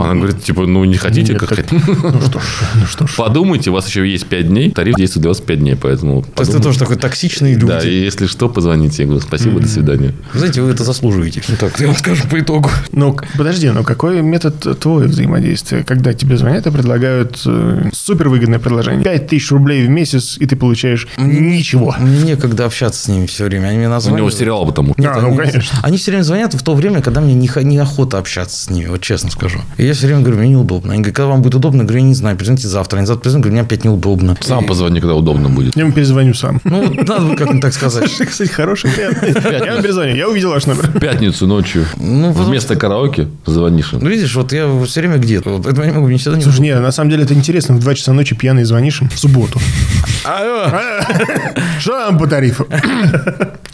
Speaker 2: Она говорит, типа, ну не хотите,
Speaker 3: Нет,
Speaker 2: как
Speaker 3: так-
Speaker 2: хотите.
Speaker 3: Ну что ж, ну что ж.
Speaker 2: Подумайте, у вас еще есть 5 дней, тариф действует для вас 5 дней, поэтому
Speaker 1: То есть
Speaker 2: подумайте.
Speaker 1: это тоже такой токсичный
Speaker 2: Да,
Speaker 1: люди.
Speaker 2: и если что, позвоните. Я говорю, спасибо, до свидания.
Speaker 1: Вы Знаете, вы это заслуживаете. Ну, так, я вам скажу по итогу.
Speaker 3: Ну, к- подожди, но какой метод э, твой взаимодействия? Когда тебе звонят и предлагают э, супервыгодное предложение. 5000 рублей в месяц, и ты получаешь ничего.
Speaker 1: Мне некогда общаться с ними все время. Они меня
Speaker 2: У
Speaker 1: назвали.
Speaker 2: него сериал потому.
Speaker 1: Нет,
Speaker 3: А, ну,
Speaker 1: они,
Speaker 3: конечно.
Speaker 1: они все время звонят в то время, когда мне не, хо- неохота общаться с ними, вот честно скажу. И я все время говорю, мне неудобно. Они говорят, когда вам будет удобно, я говорю, я не знаю, позвоните завтра. Они завтра позвонят, говорю, мне опять неудобно.
Speaker 2: Сам позвони, когда удобно будет.
Speaker 3: Я ему перезвоню сам.
Speaker 1: Ну, надо бы как-нибудь так сказать.
Speaker 3: Ты, кстати, хороший вариант. Я вам перезвоню, я увидел ваш номер.
Speaker 2: В пятницу ночью
Speaker 1: Ну, потому
Speaker 2: вместо караоке звонишь им.
Speaker 1: Ну, видишь, вот я все время где-то. Вот этого я не могу, мне всегда не
Speaker 3: Слушай,
Speaker 1: удобно.
Speaker 3: не, на самом деле это интересно. В 2 часа ночи пьяный звонишь им в субботу.
Speaker 1: Алло.
Speaker 3: Что нам по тарифу?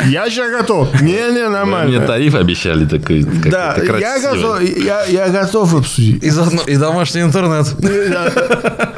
Speaker 3: Я сейчас готов. Не-не,
Speaker 2: Мне
Speaker 3: нормально.
Speaker 2: тариф обещали такой. как
Speaker 3: Да,
Speaker 2: это, красивый.
Speaker 3: я готов, я, я готов обсудить.
Speaker 1: И, заодно- и домашний интернет.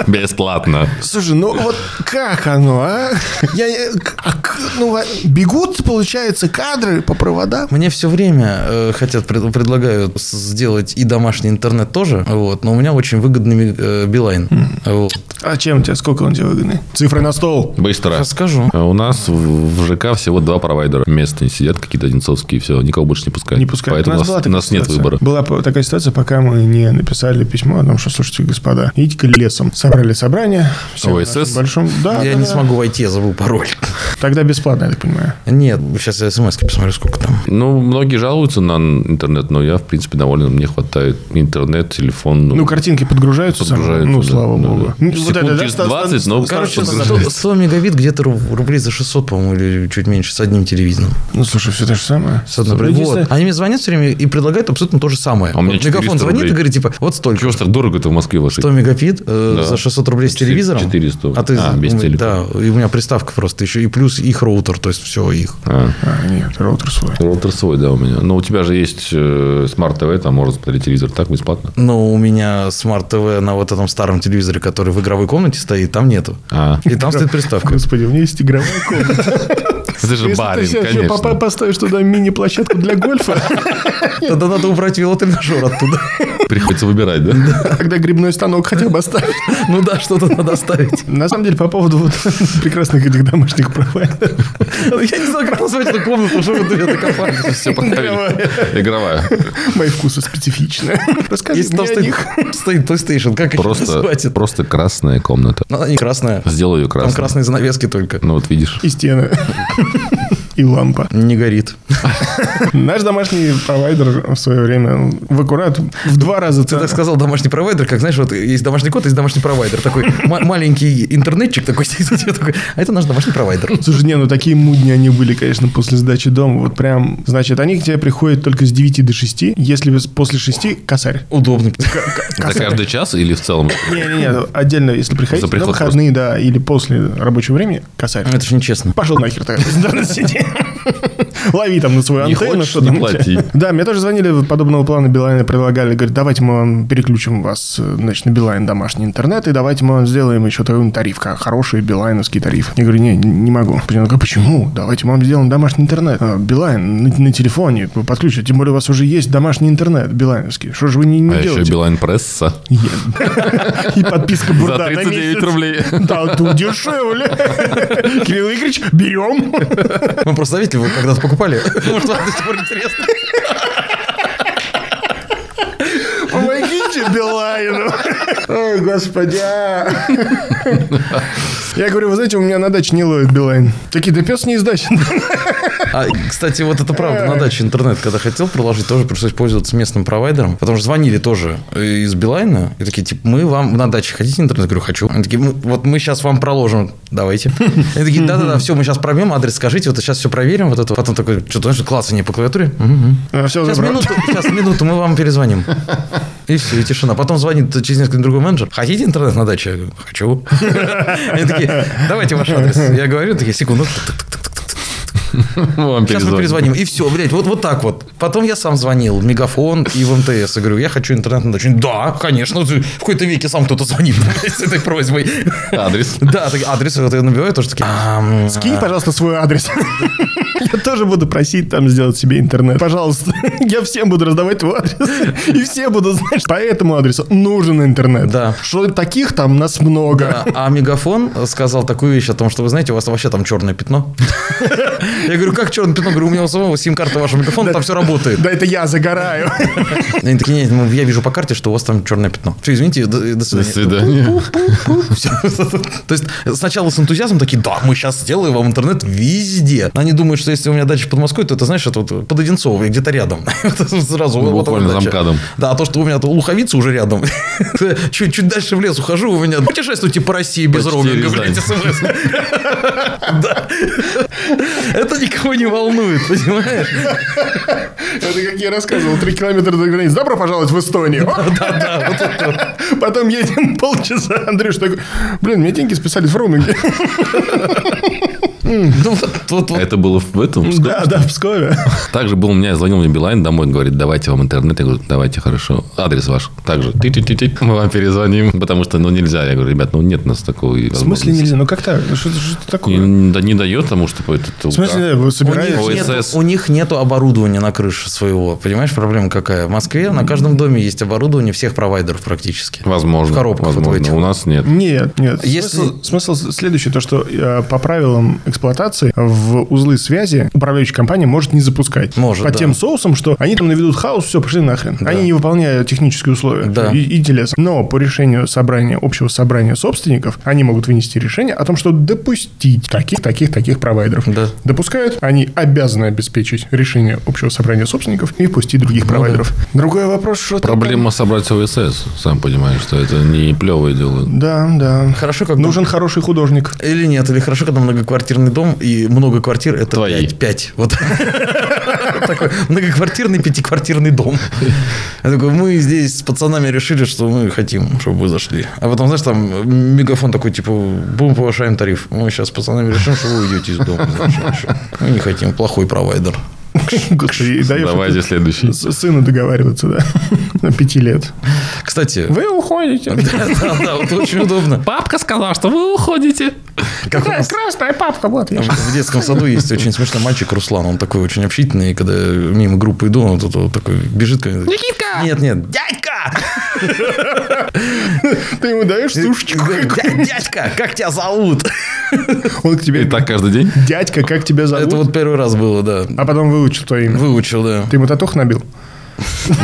Speaker 2: Бесплатно.
Speaker 3: Э, Слушай, ну вот как оно, а? Я, не- к- а к- ну, а бегут, получается, кадры по проводам.
Speaker 1: Мне все время э, хотят, пред- предлагают с- сделать и домашний интернет тоже, вот, но у меня очень выгодный э, билайн. Вот.
Speaker 3: А чем у тебя, сколько он тебе выгодный? Цифры на стол.
Speaker 2: Быстро.
Speaker 1: Сейчас скажу.
Speaker 2: А У нас в- в ЖК всего два провайдера местные сидят, какие-то одинцовские, все, никого больше не пускают.
Speaker 3: Не пускай.
Speaker 2: Поэтому у нас,
Speaker 3: была
Speaker 2: у
Speaker 3: такая
Speaker 2: нас нет
Speaker 3: ситуация.
Speaker 2: выбора.
Speaker 3: Была по- такая ситуация, пока мы не написали письмо о том, что, слушайте, господа, идите-ка лесом. Собрали собрание. все в
Speaker 2: ОСС?
Speaker 3: нашем Большом... Да,
Speaker 1: Я
Speaker 3: да,
Speaker 1: не
Speaker 3: да.
Speaker 1: смогу войти, я забыл пароль.
Speaker 3: Тогда бесплатно, я так понимаю.
Speaker 1: Нет, сейчас я смс посмотрю, сколько там.
Speaker 2: Ну, многие жалуются на интернет, но я, в принципе, доволен. Мне хватает интернет, телефон.
Speaker 3: Ну, картинки подгружаются, сам-
Speaker 2: Подгружаются,
Speaker 3: ну,
Speaker 2: да,
Speaker 3: слава
Speaker 2: да,
Speaker 3: богу.
Speaker 2: да.
Speaker 3: Ну,
Speaker 2: Секунд
Speaker 3: вот это, да,
Speaker 2: через
Speaker 3: ста-
Speaker 2: 20, но
Speaker 1: Короче,
Speaker 2: Как
Speaker 1: 100, 100 мегабит где-то ру- рублей за 600, по-моему, или чуть меньше с одним телевизором.
Speaker 3: Ну, слушай, все то же самое.
Speaker 1: С одной-
Speaker 3: Ну, единственное-
Speaker 1: Вот. Они мне звонят все время и предлагают абсолютно то же самое.
Speaker 2: А у меня
Speaker 1: Вот мегафон
Speaker 2: 400
Speaker 1: звонит и
Speaker 2: рублей.
Speaker 1: говорит, типа, вот столько.
Speaker 2: Чего ж так дорого-то в Москве вашей?
Speaker 1: 100 мегабит э,
Speaker 2: Да.
Speaker 1: за 600 рублей с
Speaker 2: Четыре-
Speaker 1: телевизором.
Speaker 2: 400.
Speaker 1: А ты,
Speaker 2: А, без
Speaker 1: м,
Speaker 2: телефона.
Speaker 1: Да, и у меня приставка просто еще, и плюс их роутер, то есть все их.
Speaker 2: А,
Speaker 3: А, нет, роутер свой.
Speaker 2: роутер свой, да, у меня. Но у тебя же есть э, смарт-ТВ, там можно смотреть телевизор так, бесплатно.
Speaker 1: Но у меня смарт-ТВ на вот этом старом телевизоре, который в игровой комнате стоит, там нету.
Speaker 2: А,
Speaker 1: И там стоит приставка.
Speaker 3: Господи, у меня есть игровая комната.
Speaker 2: ты же
Speaker 3: Если ты
Speaker 2: барин,
Speaker 3: сейчас еще
Speaker 2: конечно.
Speaker 3: попа- поставишь туда мини-площадку для гольфа,
Speaker 1: Тогда надо убрать велотренажер оттуда.
Speaker 2: Приходится выбирать, да?
Speaker 3: тогда грибной станок хотя бы оставить.
Speaker 1: Ну да, что-то надо оставить.
Speaker 3: На самом деле, по поводу вот прекрасных этих домашних провайдеров.
Speaker 1: Ну, Я не знаю, как назвать эту комнату, что вы туда докопались.
Speaker 2: Все правильно. Игровая.
Speaker 3: Мои вкусы специфичны. Расскажи
Speaker 1: Если
Speaker 3: мне
Speaker 1: там
Speaker 3: о
Speaker 1: стоит,
Speaker 3: них.
Speaker 1: стоит PlayStation, как ее назвать?
Speaker 2: Просто,
Speaker 1: это?
Speaker 2: просто красная комната.
Speaker 1: Ну, Она не красная.
Speaker 2: Сделаю ее
Speaker 1: Там
Speaker 2: красной.
Speaker 1: красные занавески только.
Speaker 2: Ну вот видишь.
Speaker 3: И стены. И лампа.
Speaker 1: Не горит.
Speaker 3: Наш домашний провайдер в свое время в аккурат в два раза
Speaker 1: Ну, Ты
Speaker 3: цена.
Speaker 1: так сказал домашний провайдер, как знаешь, вот есть домашний код, есть домашний провайдер. Такой ма- маленький интернетчик такой сидит, такой, а это наш домашний провайдер.
Speaker 3: Слушай, не, ну такие мудни они были, конечно, после сдачи дома. Вот прям, значит, они к тебе приходят только с 9 до 6. Если вы с- после 6 косарь.
Speaker 1: Удобный.
Speaker 2: За каждый час или в целом?
Speaker 3: Не-не-не, отдельно, если приходите
Speaker 2: За
Speaker 3: на
Speaker 2: приход
Speaker 3: выходные, да, или после рабочего времени, косарь.
Speaker 1: Это же нечестно.
Speaker 3: Пошел нахер тогда из интернет-сети. Лови там на свою
Speaker 2: Не
Speaker 3: антенну,
Speaker 2: хочешь,
Speaker 3: что
Speaker 2: не
Speaker 3: там у тебя.
Speaker 2: плати.
Speaker 3: Да, мне тоже звонили вот подобного плана Билайна, предлагали, говорят, давайте мы вам переключим вас э, значит, на Билайн домашний интернет, и давайте мы вам сделаем еще такой тариф, как хороший билайновский тариф. Я говорю, не, не могу. Я говорю, «А почему? Давайте мы вам сделаем домашний интернет. «А, Билайн на, на телефоне вы подключите, тем более у вас уже есть домашний интернет билайновский. Что же вы не, не
Speaker 2: А еще
Speaker 3: делаете?
Speaker 2: Билайн Пресса.
Speaker 3: Я- И подписка бурда
Speaker 2: За 39 рублей.
Speaker 3: Да, тут дешевле. Кирилл Игоревич, берем.
Speaker 1: Мы просто видели, вы когда-то покупали. Может, вам до сих пор интересно.
Speaker 3: Помогите Билайну. Ой, господи. а. Я говорю, вы знаете, у меня на даче не ловит Билайн. Такие, да пес не издачен.
Speaker 1: А, кстати, вот это правда, на даче интернет, когда хотел проложить, тоже пришлось пользоваться местным провайдером, потому что звонили тоже из Билайна, и такие, типа, мы вам на даче хотите интернет? Я говорю, хочу. Они такие, «Мы- вот мы сейчас вам проложим, давайте. Они такие, да-да-да, все, мы сейчас пробьем, адрес скажите, вот сейчас все проверим, вот это. вот». Потом такой, что-то, знаешь, клацание по клавиатуре. Мгм.
Speaker 3: Все
Speaker 1: Сейчас
Speaker 3: А, забрал.
Speaker 1: минуту, сейчас минуту, мы вам перезвоним. И все, и тишина. Потом звонит через несколько дней другой менеджер. Хотите интернет на даче? Я говорю, хочу. Они такие, давайте ваш адрес. Я говорю, такие, секунду.
Speaker 2: Вам
Speaker 1: Сейчас мы перезвоним. И все, блядь, вот, вот так вот. Потом я сам звонил в Мегафон и в МТС. И говорю, я хочу интернет на дачу. Они, Да, конечно. ты- В какой-то веке сам кто-то звонит блядь, с этой просьбой.
Speaker 2: Адрес.
Speaker 1: Да, так адрес вот я набиваю, тоже такие. «А, м,
Speaker 3: Скинь, пожалуйста, свой адрес. Я тоже буду просить там сделать себе интернет. Пожалуйста, я всем буду раздавать твой адрес. И все будут знать, что по этому адресу нужен интернет.
Speaker 1: Да.
Speaker 3: Что таких там нас много.
Speaker 1: А, а Мегафон сказал такую вещь о том, что вы знаете, у вас вообще там черное пятно. Я говорю, как черное пятно? Говорю, у меня у самого сим-карта вашего Мегафона, там все работает.
Speaker 3: Да это я загораю.
Speaker 1: Они такие, нет, ну, я вижу по карте, что у вас там черное пятно. Все, извините, до, до
Speaker 2: До
Speaker 1: свидания.
Speaker 2: свидания.
Speaker 1: Всё. То есть сначала с энтузиазмом такие, да, мы сейчас сделаем вам интернет везде. Они думают, что если у меня дача под Москвой, то это, знаешь, это вот под Одинцово, где-то рядом. Это Сразу вот
Speaker 2: Ну, Буквально
Speaker 1: она
Speaker 2: за
Speaker 1: дача.
Speaker 2: МКАДом.
Speaker 1: Да, а то, что у меня тут луховица уже рядом. Чуть чуть дальше в лес ухожу, у меня путешествуйте по России без
Speaker 2: Почти
Speaker 1: роуминга,
Speaker 2: Рязань.
Speaker 1: блядь, смс. Да. Это никого не волнует, понимаешь?
Speaker 3: Это как я рассказывал, три километра до границы. Добро пожаловать в Эстонию. Потом едем полчаса. Андрюш такой, блин, мне деньги списали в роуминге.
Speaker 1: Ну, вот, вот, вот.
Speaker 2: Это было в этом. в Скопе?
Speaker 3: Да, да, в Пскове.
Speaker 2: Также был у меня, звонил мне Билайн домой, он говорит, давайте вам интернет. Я говорю, давайте, хорошо. Адрес ваш. Также. Ти-ти-ти-ти. Мы вам перезвоним. Потому что, ну, нельзя. Я говорю, ребят, ну, нет у нас такого.
Speaker 3: В смысле нельзя? Ну как так? Ну, Что что это такое?
Speaker 2: Да не дает тому, чтобы это...
Speaker 3: В смысле, вы
Speaker 1: У них,
Speaker 3: собираетесь?
Speaker 1: нету-
Speaker 2: ОСС.
Speaker 1: у них нету оборудования на крыше своего. Понимаешь, проблема какая? В Москве на каждом доме есть оборудование всех провайдеров практически.
Speaker 2: Возможно.
Speaker 1: В коробках вот в
Speaker 2: возможно.
Speaker 1: этих.
Speaker 2: У нас нет.
Speaker 3: Нет, нет.
Speaker 1: Если-
Speaker 3: Смысл, смысл следующий, то что э, по правилам эксплуатации в узлы связи управляющая компания может не запускать.
Speaker 1: Может,
Speaker 3: По
Speaker 1: да.
Speaker 3: тем соусам, что они там наведут хаос, все, пошли нахрен. Они не выполняют технические условия.
Speaker 1: Да.
Speaker 3: И, и телеса. Но по решению собрания, общего собрания собственников, они могут вынести решение о том, что допустить таких, таких, таких провайдеров.
Speaker 1: Да.
Speaker 3: Допускают, они обязаны обеспечить решение общего собрания собственников и пустить
Speaker 1: Ну
Speaker 3: других провайдеров. Другой вопрос, что ты там-
Speaker 2: Проблема собрать ОСС. Сам понимаешь, что это не плевое дело.
Speaker 3: Да, да.
Speaker 1: Хорошо, как
Speaker 3: Нужен хороший художник.
Speaker 1: Или нет, или хорошо, когда многоквартирный дом, и много квартир это
Speaker 2: Твои.
Speaker 1: пять. пять. Вот такой многоквартирный пятиквартирный дом. Я такой, мы здесь с пацанами решили, что мы хотим, чтобы вы зашли. А потом, знаешь, там мегафон такой, типа, бум, повышаем тариф. Мы сейчас с пацанами решим, что вы уйдете из дома. Зачем еще? Мы не хотим, плохой провайдер.
Speaker 3: Господи, и даешь
Speaker 2: Давайте
Speaker 3: А это
Speaker 2: следующий.
Speaker 3: с- сыну договариваться, да, на пяти лет.
Speaker 1: Кстати,
Speaker 3: Вы уходите.
Speaker 1: да, да, да, вот очень удобно.
Speaker 2: Папка сказала, что вы уходите.
Speaker 1: Как у нас
Speaker 3: красная папка, вот я.
Speaker 1: В детском саду есть очень смешной мальчик Руслан. Он такой очень общительный, и когда мимо группы иду, он тут вот такой бежит. ко мне.
Speaker 4: Никитка!
Speaker 1: Нет, нет, дядька!
Speaker 3: Ты ему даешь сушечку.
Speaker 1: Дядь- Дядька, как тебя зовут?
Speaker 3: Он к
Speaker 2: И
Speaker 3: тебе,
Speaker 2: так каждый день?
Speaker 3: дядька, как тебя
Speaker 1: Это
Speaker 3: зовут?
Speaker 1: вот первый раз было, да.
Speaker 3: А потом выучил твое имя.
Speaker 1: Выучил, да.
Speaker 3: Ты ему татух набил?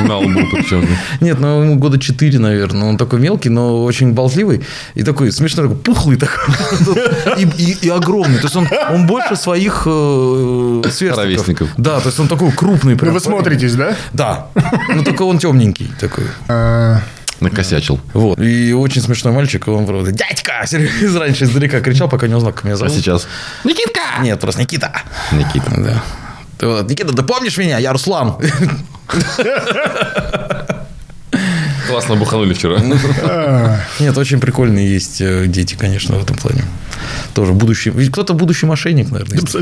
Speaker 2: На лбу причем.
Speaker 1: Нет, ну ему года 4, наверное. Он такой мелкий, но очень болтливый. И такой смешно, такой пухлый такой. И, и- и огромный. То есть он, он больше своих э, сверстников.
Speaker 2: Ровесников.
Speaker 1: Да, то есть он такой крупный.
Speaker 3: Ну
Speaker 1: прям.
Speaker 3: вы смотритесь, да?
Speaker 1: Да. Но только он темненький такой.
Speaker 3: А,
Speaker 2: Накосячил.
Speaker 1: Вот. И очень смешной мальчик, он правда, дядька! Из раньше издалека кричал, пока не узнал, как меня
Speaker 2: А
Speaker 3: Ну.
Speaker 1: зовут.
Speaker 2: сейчас?
Speaker 4: Никитка!
Speaker 1: Нет, просто Никита.
Speaker 2: Никита.
Speaker 1: Да. Ты вот, Никита, ты помнишь меня? Я Руслан.
Speaker 2: Классно буханули вчера.
Speaker 3: а,
Speaker 1: Нет, очень прикольные есть э, дети, конечно, в этом плане. Тоже будущий... Ведь кто-то будущий мошенник, наверное. есть.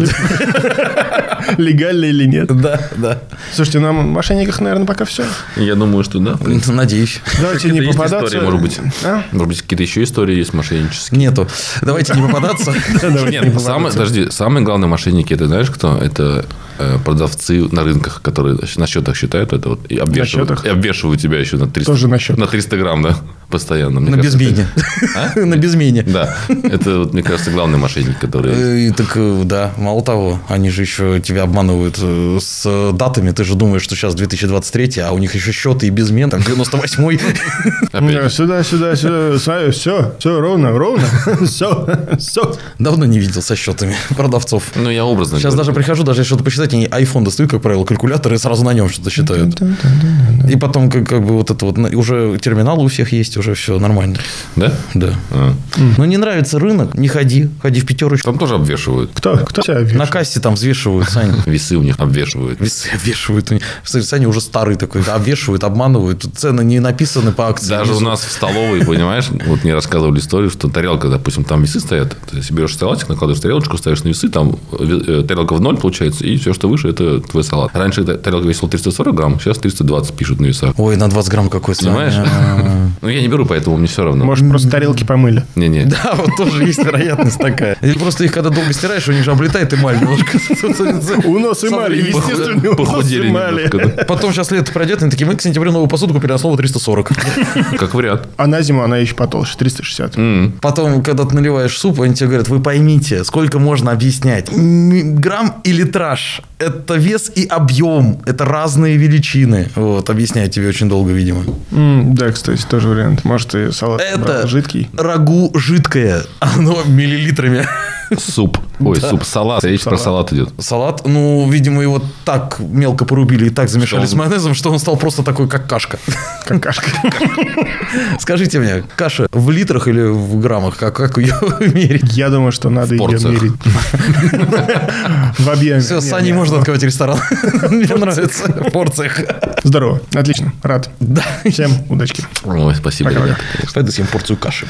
Speaker 3: Легально или нет?
Speaker 1: Да, да.
Speaker 3: Слушайте, нам о мошенниках, наверное, пока все.
Speaker 2: Я думаю, что да.
Speaker 1: Надеюсь.
Speaker 3: Давайте не
Speaker 2: Есть
Speaker 3: попадаться.
Speaker 2: история, может быть.
Speaker 3: А?
Speaker 2: Может быть, какие-то еще истории есть мошеннические.
Speaker 1: Нету. Давайте не попадаться.
Speaker 3: Давайте не
Speaker 2: Нет, самое,
Speaker 3: попадаться.
Speaker 2: подожди, самые главные мошенники, это знаешь кто? Это э, продавцы на рынках, которые на счетах считают это вот и обвешивают,
Speaker 3: счетах?
Speaker 2: и обвешивают тебя еще на 300,
Speaker 3: Тоже на счетах.
Speaker 2: на 300 грамм, да, постоянно. Мне
Speaker 1: На
Speaker 2: кажется,
Speaker 1: безмене. А? На безмене.
Speaker 2: это- Да, это, вот, мне кажется, главный мошенник, который...
Speaker 1: Э, и так э, да, мало того, они же еще тебя обманывают э, с э, датами. Ты же думаешь, что сейчас 2023, а у них еще счеты и безмен, там 98-й.
Speaker 3: Да, Сюда, сюда, сюда. Все, все, ровно, ровно. Все, все.
Speaker 1: Давно не видел со счетами продавцов.
Speaker 2: Ну, я образно
Speaker 1: Сейчас
Speaker 2: говорю.
Speaker 1: даже прихожу, даже что-то посчитать, они iPhone достают, как правило, калькулятор и сразу на нем что-то считают. И потом как, как бы вот это вот, на- уже терминалы у всех есть, уже все нормально.
Speaker 2: Да?
Speaker 1: Да.
Speaker 2: А.
Speaker 1: Но не нравится рынок, не ходи, ходи в пятерочку.
Speaker 2: Там тоже обвешивают.
Speaker 3: Кто, кто тебя
Speaker 1: На
Speaker 3: вешает?
Speaker 1: кассе там взвешивают, Сань.
Speaker 2: Весы у них обвешивают.
Speaker 1: Весы обвешивают. у них. Представляете, Саня уже старый такой. Обвешивают, обманывают. Тут Цены не написаны по акции.
Speaker 2: Даже у нас в столовой, понимаешь, вот мне рассказывали историю, что тарелка, допустим, там весы стоят, ты себе берешь салатик, накладываешь тарелочку, ставишь на весы, там э, э, тарелка в ноль получается, и все, что выше, это твой салат. Раньше та- тарелка весила 340 грамм, сейчас 320 пишут на весах.
Speaker 1: Ой, на 20 грамм какой Саня.
Speaker 2: Понимаешь? Ну, я не беру, поэтому мне все равно.
Speaker 3: Может, просто тарелки помыли?
Speaker 2: Не-не.
Speaker 1: Да, А, вот тоже есть вероятность такая. Или просто их когда долго стираешь, у них же облетает эмаль немножко.
Speaker 3: У нас эмали,
Speaker 1: Со временем
Speaker 3: естественно, у нас
Speaker 2: Похудели
Speaker 3: эмали.
Speaker 2: немножко, да.
Speaker 1: Потом сейчас лето пройдет, и они такие, мы к сентябрю новую посуду купили, а снова 340.
Speaker 2: Как вариант.
Speaker 3: А на зиму она еще потолще, 360.
Speaker 1: Потом, когда ты наливаешь суп, они тебе говорят, вы поймите, сколько можно объяснять. М, Грамм и литраж – это вес и объем, это разные величины. Вот, объясняю тебе очень долго, видимо.
Speaker 3: М, Да, кстати, тоже вариант. Может, и салат
Speaker 1: Это
Speaker 3: брал жидкий.
Speaker 1: рагу жидкое, оно миллилитрами.
Speaker 2: Суп. Ой, суп, салат. Речь про салат идет.
Speaker 1: Салат, ну, видимо, его так мелко порубили и так замешали
Speaker 2: он-
Speaker 1: с майонезом, что он стал просто такой, как кашка.
Speaker 3: Какашка.
Speaker 1: Скажите мне, каша в литрах или в граммах? Как, как ее мерить?
Speaker 3: Я думаю, что надо ее
Speaker 2: порциях.
Speaker 3: мерить. В объеме.
Speaker 1: Все, с
Speaker 3: Не,
Speaker 1: Саней
Speaker 3: не.
Speaker 1: можно открывать ресторан. Мне нравится. В порциях.
Speaker 3: Здорово. Отлично. Рад.
Speaker 1: Да.
Speaker 3: Всем удачки.
Speaker 2: Ой, спасибо,
Speaker 3: Пока-пока.
Speaker 2: ребята.
Speaker 1: Пойду съем порцию каши.